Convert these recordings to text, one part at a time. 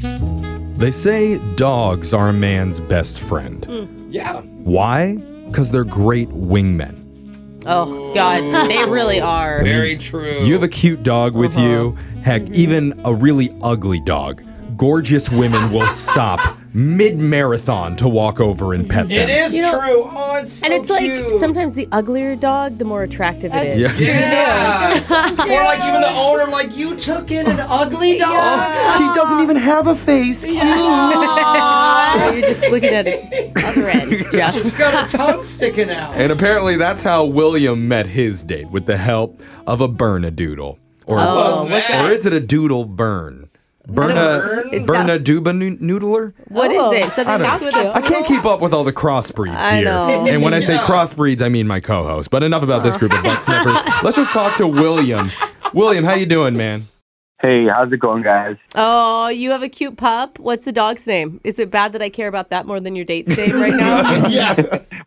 They say dogs are a man's best friend. Hmm. Yeah. Why? Because they're great wingmen. Oh God, they really are. Very true. You have a cute dog with Uh-huh. you, heck, even a really ugly dog. Gorgeous women will stop mid marathon to walk over and pet them. It is You know- true. Oh, it's so And it's like cute. sometimes the uglier dog, the more attractive it is. Yeah. Yeah. or like even the owner, like you took in an ugly dog. He doesn't even have a face. Now You're just looking at its other end, Jeff. It's got a tongue sticking out. And apparently that's how William met his date with the help of a Bernadoodle. Or, Oh, what's that? or is it a doodle burn? Burna It's Burna Duba noo- noodler? What is it? Something Oh, I that's don't with know. I a can't keep up with all the crossbreeds I here. know. And when I say crossbreeds, I mean my co-host. But enough about this group of butt sniffers. Let's just talk to William. William, how you doing, man? Hey, how's it going, guys? Oh, you have a cute pup. What's the dog's name? Is it bad that I care about that more than your date's name right now? Yeah.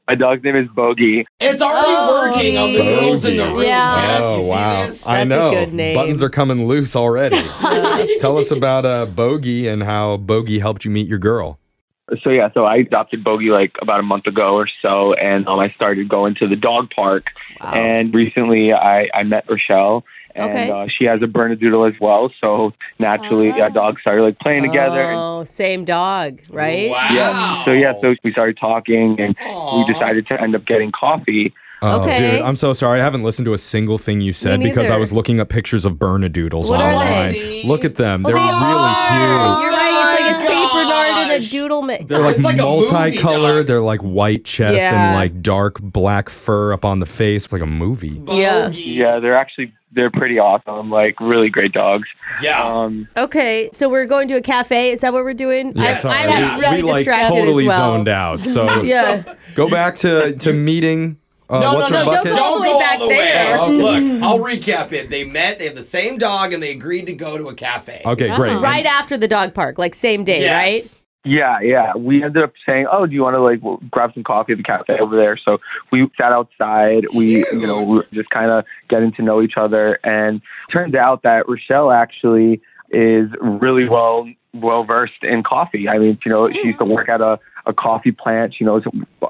My dog's name is Bogey. It's already Oh, working on the yeah. rules in the room, Yeah. Jeff. Oh you wow! See this? I That's a know. good name. Buttons are coming loose already. Tell us about uh, Bogey and how Bogey helped you meet your girl. So yeah, so I adopted Bogey like about a month ago or so, and um, I started going to the dog park. And recently, I, I met Rochelle, and Okay. uh, she has a Bernedoodle as well. So naturally, our dogs started like playing together. and- Oh, same dog, right? Wow. Yeah. So yeah, so we started talking, and Aw. we decided to end up getting coffee. Oh, Okay. dude, I'm so sorry. I haven't listened to a single thing you said Me because I neither. was looking up pictures of Bernadoodles What are they? online. See? Look at them. They're Oh, they really cute. You're right. It's like a Oh Saint my Bernard and a gosh. doodle mix. They're like, It's like a movie multicolored. dog. They're like white chest Yeah. and like dark black fur up on the face. It's like a movie. Yeah. Bogey. Yeah, they're actually they're pretty awesome. Like really great dogs. Yeah. Um, Okay, so we're going to a cafe. Is that what we're doing? Yeah, I, sorry. I was we, really we like distracted totally as well. zoned out. So Yeah. go back to to meeting. Uh, No, what's no, her no, bucket? Oh, Don't go all Don't the way go all back the way. there. Okay. Look, I'll recap it. They met, they have the same dog, and they agreed to go to a cafe. Okay, great. Uh-huh. Um, right after the dog park, like same day, Yes. right? Yeah, yeah. We ended up saying, "Oh, do you want to like w- grab some coffee at the cafe over there?" So we sat outside. We, you know, we were just kind of getting to know each other, and turns out that Rochelle actually is really well well versed in coffee. I mean, you know, she used to work at a a coffee plant. She knows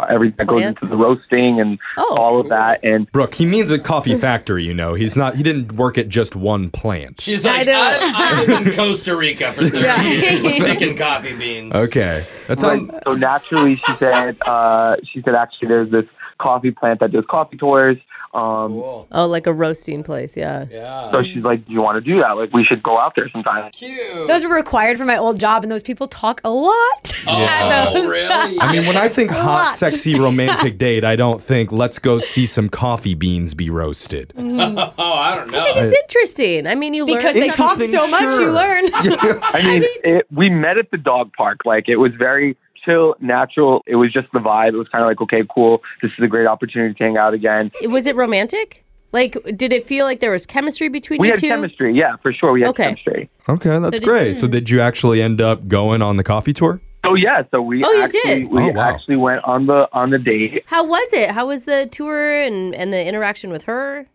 everything that goes Plant? into the roasting and Oh, all of that. And Brooke, he means a coffee factory, you know. He's not he didn't work at just one plant. She's like, know. I, I was in Costa Rica for 30 years picking coffee beans. Okay. That's Right. So naturally, she said, uh, she said, actually, there's this coffee plant that does coffee tours. Um, Cool. Oh, like a roasting place, yeah. Yeah. Um, so she's like, "Do you want to do that? Like, we should go out there sometime." Cute. Those were required for my old job, and those people talk a lot. at oh, those. really? I mean, when I think hot, What? sexy, romantic date, I don't think let's go see some coffee beans be roasted. Mm. oh, I don't know. It's interesting. I mean, you learn Because they talk so Interesting, much, sure. you learn. I mean, it, we met at the dog park. Like it was very chill, natural. It was just the vibe. It was kind of like, okay, cool. This is a great opportunity to hang out again. Was it romantic? Like, did it feel like there was chemistry between We you had two? chemistry. Yeah, for sure. We had Okay. chemistry. Okay, that's great. So did you actually end up going on the coffee tour? So yeah, so we Oh, you actually did? we Oh, wow. actually went on the on the date. How was it? How was the tour and, and the interaction with her?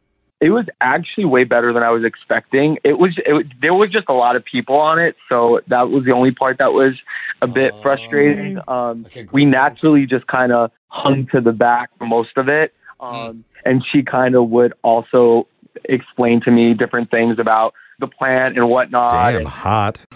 It was actually way better than I was expecting. It was it, was- there was just a lot of people on it, so that was the only part that was a bit Oh. frustrating. Um, Okay, great. we naturally just kind of hung to the back for most of it, um, and she kind of would also explain to me different things about the plant and whatnot. Damn, And hot.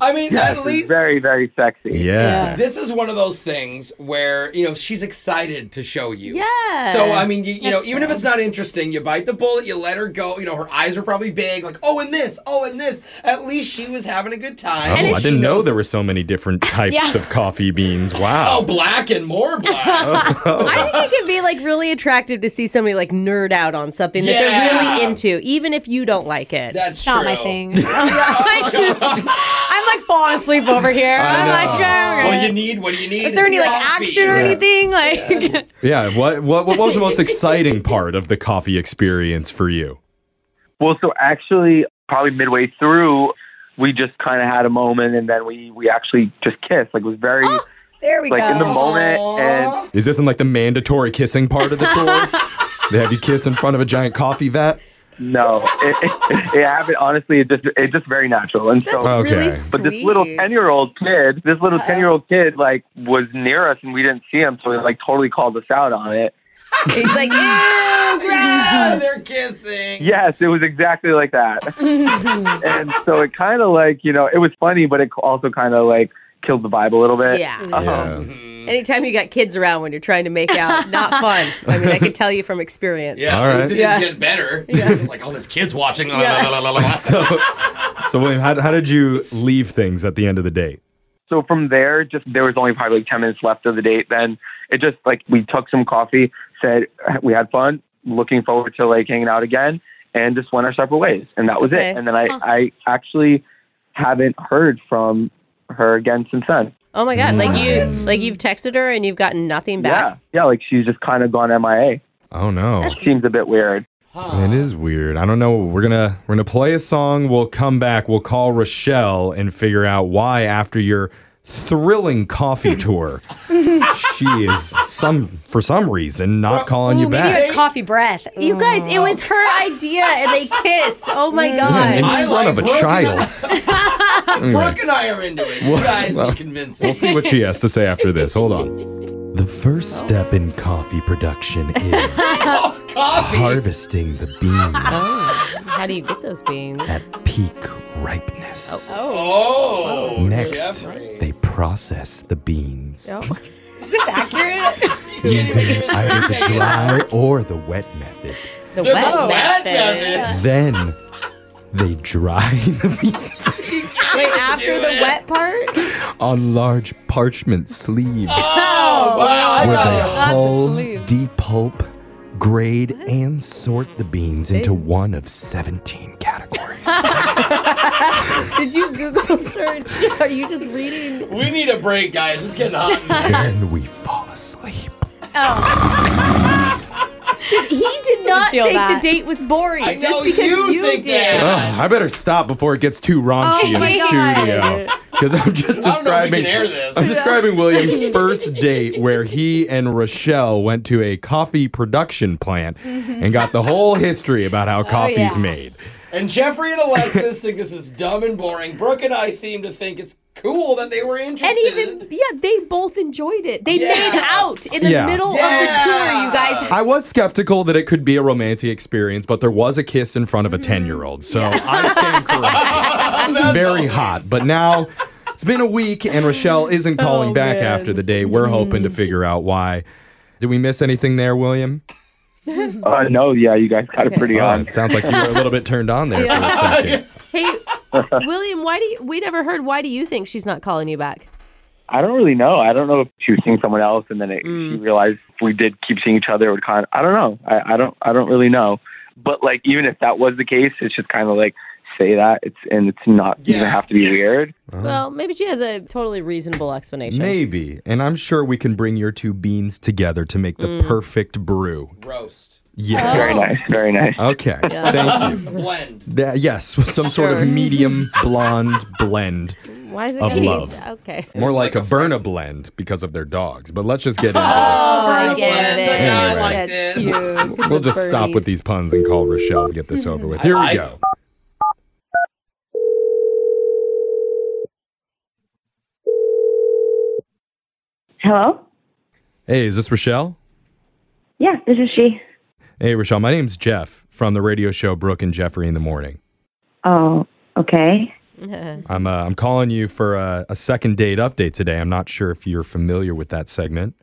I mean, it at was least very very sexy. Yeah. this is one of those things where, you know, she's excited to show you. Yeah. So I mean, you, you know, That's even if it's not interesting, you bite the bullet, you let her go. You know, her eyes are probably big, like oh, and this, oh, and this. At least she was having a good time. Oh, I if didn't know there were so many different types Yeah. of coffee beans. Oh, Wow. black and more black. Oh. I think it can be like really attractive to see somebody like nerd out on something that they're Yeah. really into, even if you don't like it. That's Not true. my thing. I just- I'm like falling asleep over here. I I'm like, know. "Yeah, What do okay." you need? What do you need? is there any like Coffee. action or anything? Like, Yeah. What, what what was the most exciting part of the coffee experience for you? Well, so actually, probably midway through, we just kind of had a moment, and then we we actually just kissed. Like it was very. there we like go. in the moment and Aw. Is this in like the mandatory kissing part of the tour? they have you kiss in front of a giant coffee vat? No, it, it, it happened. Honestly, it just it's just very natural. And That's so, Okay. But really this sweet. but this little ten year old kid, this little ten year old kid, like was near us and we didn't see him, so he like totally called us out on it. He's like, ew, Ah, gross. they're kissing. Yes, it was exactly like that. and so it kind of like you know it was funny, but it also kind of like killed the vibe a little bit. Yeah. Um, Yeah. Hmm, Anytime you got kids around when you're trying to make out, not fun. I mean, I can tell you from experience. Yeah, All at right. least it Yeah. didn't get better. like all this kids watching. la, la, la, la, la, la. So, so William, how, how did you leave things at the end of the date? So from there, just there was only probably like 10 minutes left of the date. Then it just like we took some coffee, said we had fun, looking forward to like hanging out again, and just went our separate ways. And that was Okay. it. And then I, I actually haven't heard from her again since then. Oh my god! Like you, like you've texted her and you've gotten nothing back. Yeah. Yeah. Like she's just kind of gone MIA. Oh no. Seems a bit weird. It is weird. I don't know. We're gonna we're gonna play a song. We'll come back. We'll call Rochelle and figure out why after your thrilling coffee tour, she is some for some reason not calling you Ooh, maybe back. a coffee breath. You guys, it was her idea, and they kissed. Oh my god! in I front like of a broken child. Brooke and I are into it. You guys are convincing. We'll see what she has to say after this. Hold on. The first step in coffee production is Oh, coffee. harvesting the beans Oh, how do you get those beans? at peak ripeness. Oh. Next, Jeffrey. they process the beans Oh. using either the dry or the wet method. The There's wet a wet method. method. Then they dry the beans Wait, after the wet part? on large parchment sleeves Oh, where wow. they love the hull, sleeve. depulp, grade, and sort the beans into one of 17 categories. Did you Google search? Are you just reading? We need a break, guys. It's getting hot. in here. then we fall asleep. He did not feel think the that. date was boring I just know because you you, think did. that. Ugh, I better stop before it gets too raunchy Oh in the my God. studio. Because I'm just I don't know if we describing. can air this. I'm describing William's first date where he and Rochelle went to a coffee production plant and got the whole history about Oh, how coffee's yeah. made. And Jeffrey and Alexis think this is dumb and boring. Brooke and I seem to think it's cool that they were interested. And even, yeah, they both enjoyed it. They Yeah. made out in the Yeah. middle Yeah. of the tour, you guys. I was skeptical that it could be a romantic experience, but there was a kiss in front of a Mm-hmm. 10 year old. So I stand corrected. Very hot. But now it's been a week and Rochelle isn't calling Oh, back after the date. We're hoping Mm-hmm. to figure out why. Did we miss anything there, William? Uh, no, yeah, you guys got it pretty Oh, on. it sounds like you were a little bit turned on there for a second. Hey, William, why do you, we never heard, why do you think she's not calling you back? I don't really know. I don't know if she was seeing someone else, and then it, Mm. she realized if we did keep seeing each other. It would kind. Of, I don't know. I, I don't. I don't really know. But like, even if that was the case, it's just kind of like say that. It's and it's not Yeah. even have to be weird. Uh-huh. Well, maybe she has a totally reasonable explanation. Maybe. And I'm sure we can bring your two beans together to make the Mm. perfect brew. roast. Yeah. Oh. Very nice. Very nice. Oh. Okay. Thank you. The blend. That, yes, some sort Sure. of medium blonde blend. Why is it Of gonna be- love. Okay. More like, a Verna blend because of their dogs. But let's just get into Oh, I get it. I liked That's it. cute. 'cause We'll the just stop with birdies. these puns and call Rochelle to get this over with. Here we I- go. Hello? Hey, is this Rochelle? Yeah, this is she. Hey, Rochelle, my name's Jeff from the radio show Brooke and Jeffrey in the Morning. Oh, okay. I'm, uh, I'm calling you for a, a second date update today. I'm not sure if you're familiar with that segment,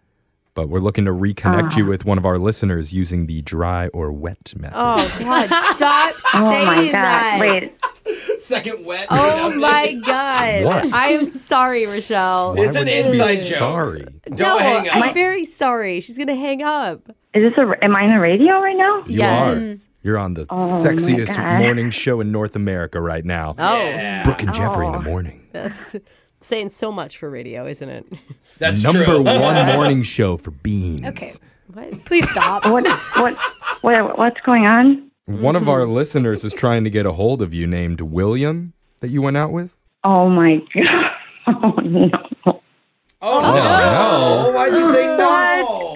but we're looking to reconnect you with one of our listeners using the dry or wet method. Oh God! Stop Oh saying my god. that. Wait. Second wet. Oh Update. my God! What? I am sorry, Rochelle. Why It's an would you be inside joke. Sorry. Don't no, hang up. I'm very sorry. She's gonna hang up. Is this a am I on the radio right now? You Yes. are. You're on the Oh my sexiest God. morning show in North America right now. Oh, Yeah. Brooke and Jeffrey in the Oh. morning. that's saying so much for radio, isn't it? That's Number true. one morning show for beans. Okay. What? Please stop. What what what what's going on? One of our listeners is trying to get a hold of you named William that you went out with. Oh my god. Oh no. Oh, Oh, Oh, no. Why'd you say no?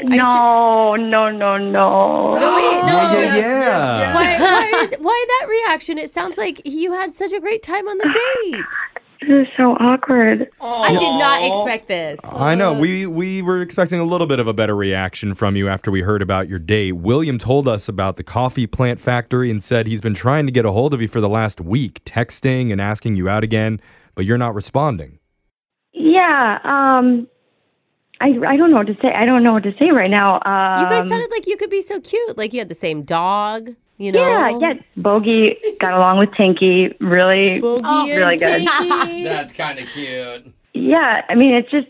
No, no, no, no. Wait, no. yeah, yeah, yes, yeah. yes, Why, why, is, why that reaction? It sounds like you had such a great time on the date. This is so awkward. I did not expect this. I know. We we were expecting a little bit of a better reaction from you after we heard about your date. William told us about the coffee plant factory and said he's been trying to get a hold of you for the last week, texting and asking you out again, but you're not responding. Yeah, um, I, I don't know what to say. I don't know what to say right now. Um, You guys sounded like you could be so cute. Like you had the same dog, you know? Yeah, yeah. Bogey got along with Tinky really, really good. That's kind of cute. Yeah, I mean, it's just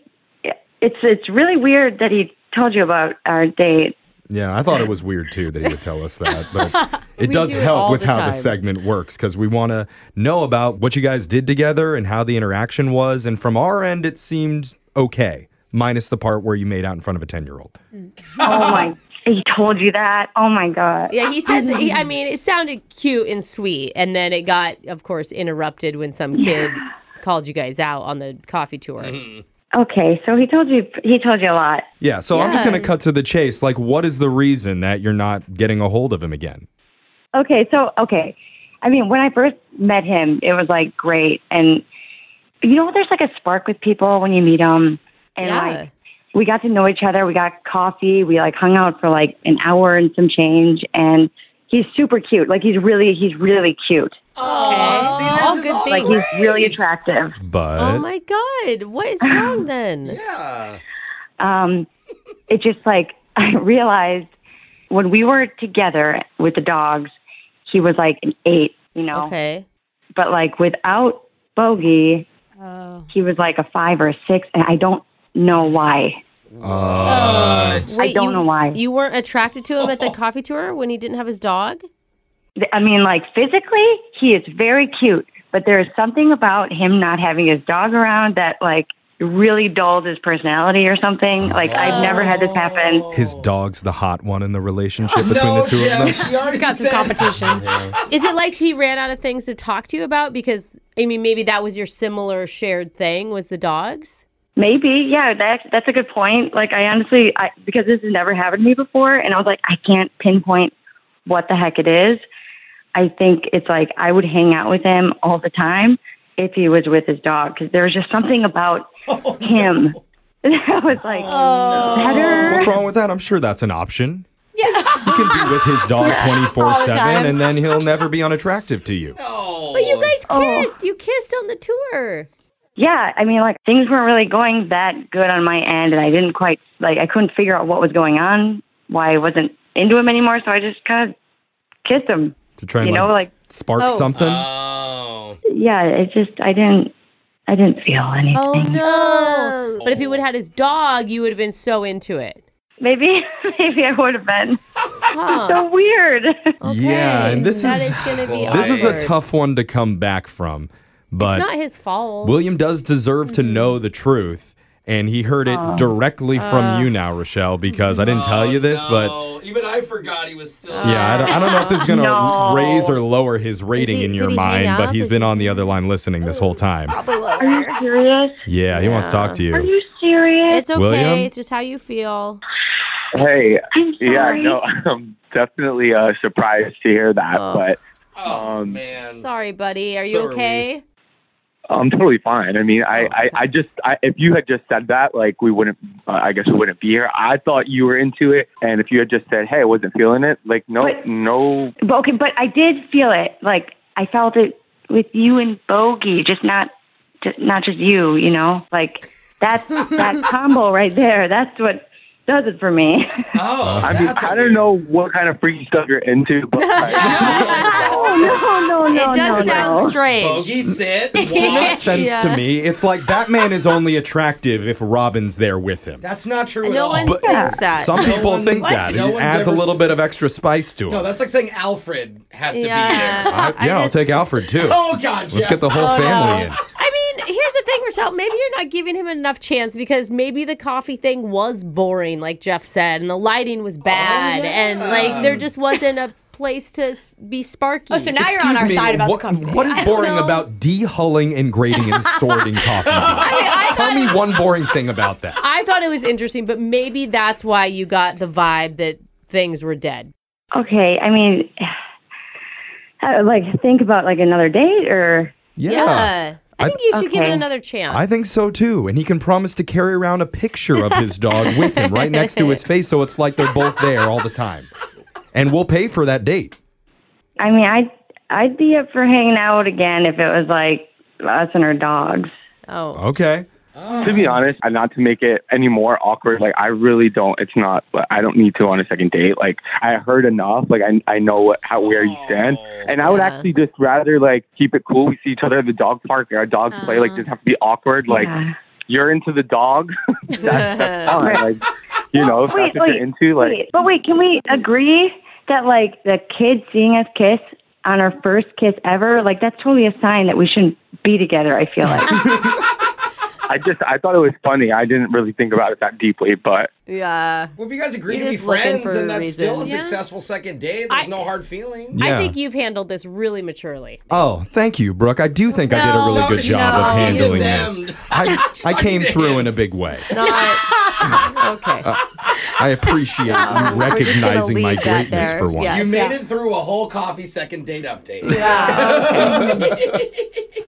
it's it's really weird that he told you about our date. Yeah, I thought it was weird too that he would tell us that, but it does do it help all with the how the time. segment works because we want to know about what you guys did together and how the interaction was. And from our end, it seemed okay, minus the part where you made out in front of a ten-year-old. Oh my! He told you that? Oh my god! Yeah, he said. That he, Um, I mean, it sounded cute and sweet, and then it got, of course, interrupted when some kid called you guys out on the coffee tour. Okay, so he told you he told you a lot. Yeah, so I'm just Yeah. going to cut to the chase. Like, what is the reason that you're not getting a hold of him again? Okay, so okay, I mean, when I first met him, it was like great, and you know, there's like a spark with people when you meet them, and Yeah. like we got to know each other. We got coffee. We like hung out for like an hour and some change, and he's super cute. Like he's really he's really cute. Oh, see, this All is good all things. Like great. he's really attractive. But oh my god, what is wrong then? Yeah. um, it just like I realized when we were together with the dogs, he was like an eight, you know. Okay. But like without Bogey, Oh. he was like a five or a six, and I don't know why. Uh, Wait, don't you, know why. you weren't attracted to him at the coffee tour when he didn't have his dog. Th- I mean, like physically, he is very cute, but there is something about him not having his dog around that like really dulls his personality or something. Like I've never had this happen. his dog's the hot one in the relationship between No, the two Jeff, of them. she already Got some said- competition. Is it like he ran out of things to talk to you about? Because I mean, maybe that was your similar shared thing was the dogs. Maybe, yeah. That that's a good point. Like, I honestly, I, because this has never happened to me before, and I was like, I can't pinpoint what the heck it is. I think it's like I would hang out with him all the time if he was with his dog, because there was just something about him that was like What's Heather. wrong with that? I'm sure that's an option. Yeah. You can be with his dog 24 7, time. and then he'll never be unattractive to you. Oh. But you guys kissed. You kissed on the tour. Yeah, I mean, like things weren't really going that good on my end, and I didn't quite like I couldn't figure out what was going on, why I wasn't into him anymore. So I just kind of kissed him. To try and You like, know, like- spark Oh. something. Uh, Oh. yeah, it just I didn't I didn't feel anything. Oh no! But if Oh. he would have had his dog, you would have been so into it. Maybe maybe I would have been. Huh. So weird. Yeah, and this That is- gonna be This is a awkward. tough one to come back from. But It's not his fault. William does deserve to know the truth, and he heard it directly from you now, Rochelle, because I didn't tell you this, but Oh, No, even I forgot he was still. Uh, yeah, I don't, I don't know if this is going to No. raise or lower his rating he- in did your he hang mind, but up? he's Is been he- on the other line listening this whole time. Are you serious? Yeah, he wants to talk to Are you. you serious? it's okay. William? It's just how you feel. Hey, I'm yeah, sorry. no, I'm definitely uh, surprised to hear that, Uh. Oh. but Oh Um, man. Sorry, buddy. Are So you are we. okay? I'm totally fine. I mean, I, Oh. I, I just, I, if you had just said that, like, we wouldn't, uh, I guess we wouldn't be here. I thought you were into it, and if you had just said, hey, I wasn't feeling it, like, no, But- no, But, okay, but I did feel it. Like I felt it with you and Bogey, just not just not just you, you know? Like that that combo right there, that's what does it for me. Uh, Oh, I mean, that's a I don't weird- know what kind of freaky stuff you're into, but oh no, no, no. it does no, sound no. strange. Bogey sit. It makes Watch. sense Yeah. to me. It's like Batman is only attractive if Robin's there with him. That's not true at No all. one But- thinks that. Some people one- think what? that. No it one's adds a ever little s- bit of extra spice to him. no, that's like saying Alfred has to be there. yeah. I- I yeah, I'll just- take Alfred too. Oh God, Let's Jeff. get the whole family in. I mean, here's the thing, Rochelle. Maybe you're not giving him enough chance because maybe the coffee thing was boring, like Jeff said, and the lighting Oh, was bad, and like there just wasn't a place to s- be sparky. Oh, so now you're on Excuse our me, side about what- the company. What is boring about dehulling and grading and sorting coffee? beans? I, Tell me one boring thing about that. I thought it was interesting, but maybe that's why you got the vibe that things were dead. Okay, I mean, uh, like think about like another date or Yeah. I I think you should give it Okay. another chance. I think so too. And he can promise to carry around a picture of his dog with him right next to his face so it's like they're both there all the time. And we'll pay for that date. I mean, I'd I'd be up for hanging out again if it was like us and our dogs. Oh. Okay. To be honest, and not to make it any more awkward, like I really don't. It's not. like, I don't need to on a second date. Like I heard enough. Like I I know what how where you stand, Oh, and I would Yeah. actually just rather like keep it cool. We see each other at the dog park. Our dogs play. Like Uh-huh. doesn't have to be awkward. Like Yeah. you're into the dog. that's, that's fine. Like you know if Wait, that's what wait, you're into. Like Wait, but wait, can we agree that like the kids seeing us kiss on our first kiss ever, like that's totally a sign that we shouldn't be together. I feel like. I just I thought it was funny. I didn't really think about it that deeply, but Yeah. Well, if you guys agree You're to be just looking friends, for and that's still a reasons. Yeah. successful second date. There's I- no hard feelings. Yeah. I think you've handled this really maturely. Oh, thank you, Brooke. I do think I did a No, really no, good job no, of you handling didn't. this. I, I came through in a big way. Uh, okay. I appreciate you recognizing my leave that greatness there. for once. Yes. You Yeah. made it through a whole coffee second date update. Yeah.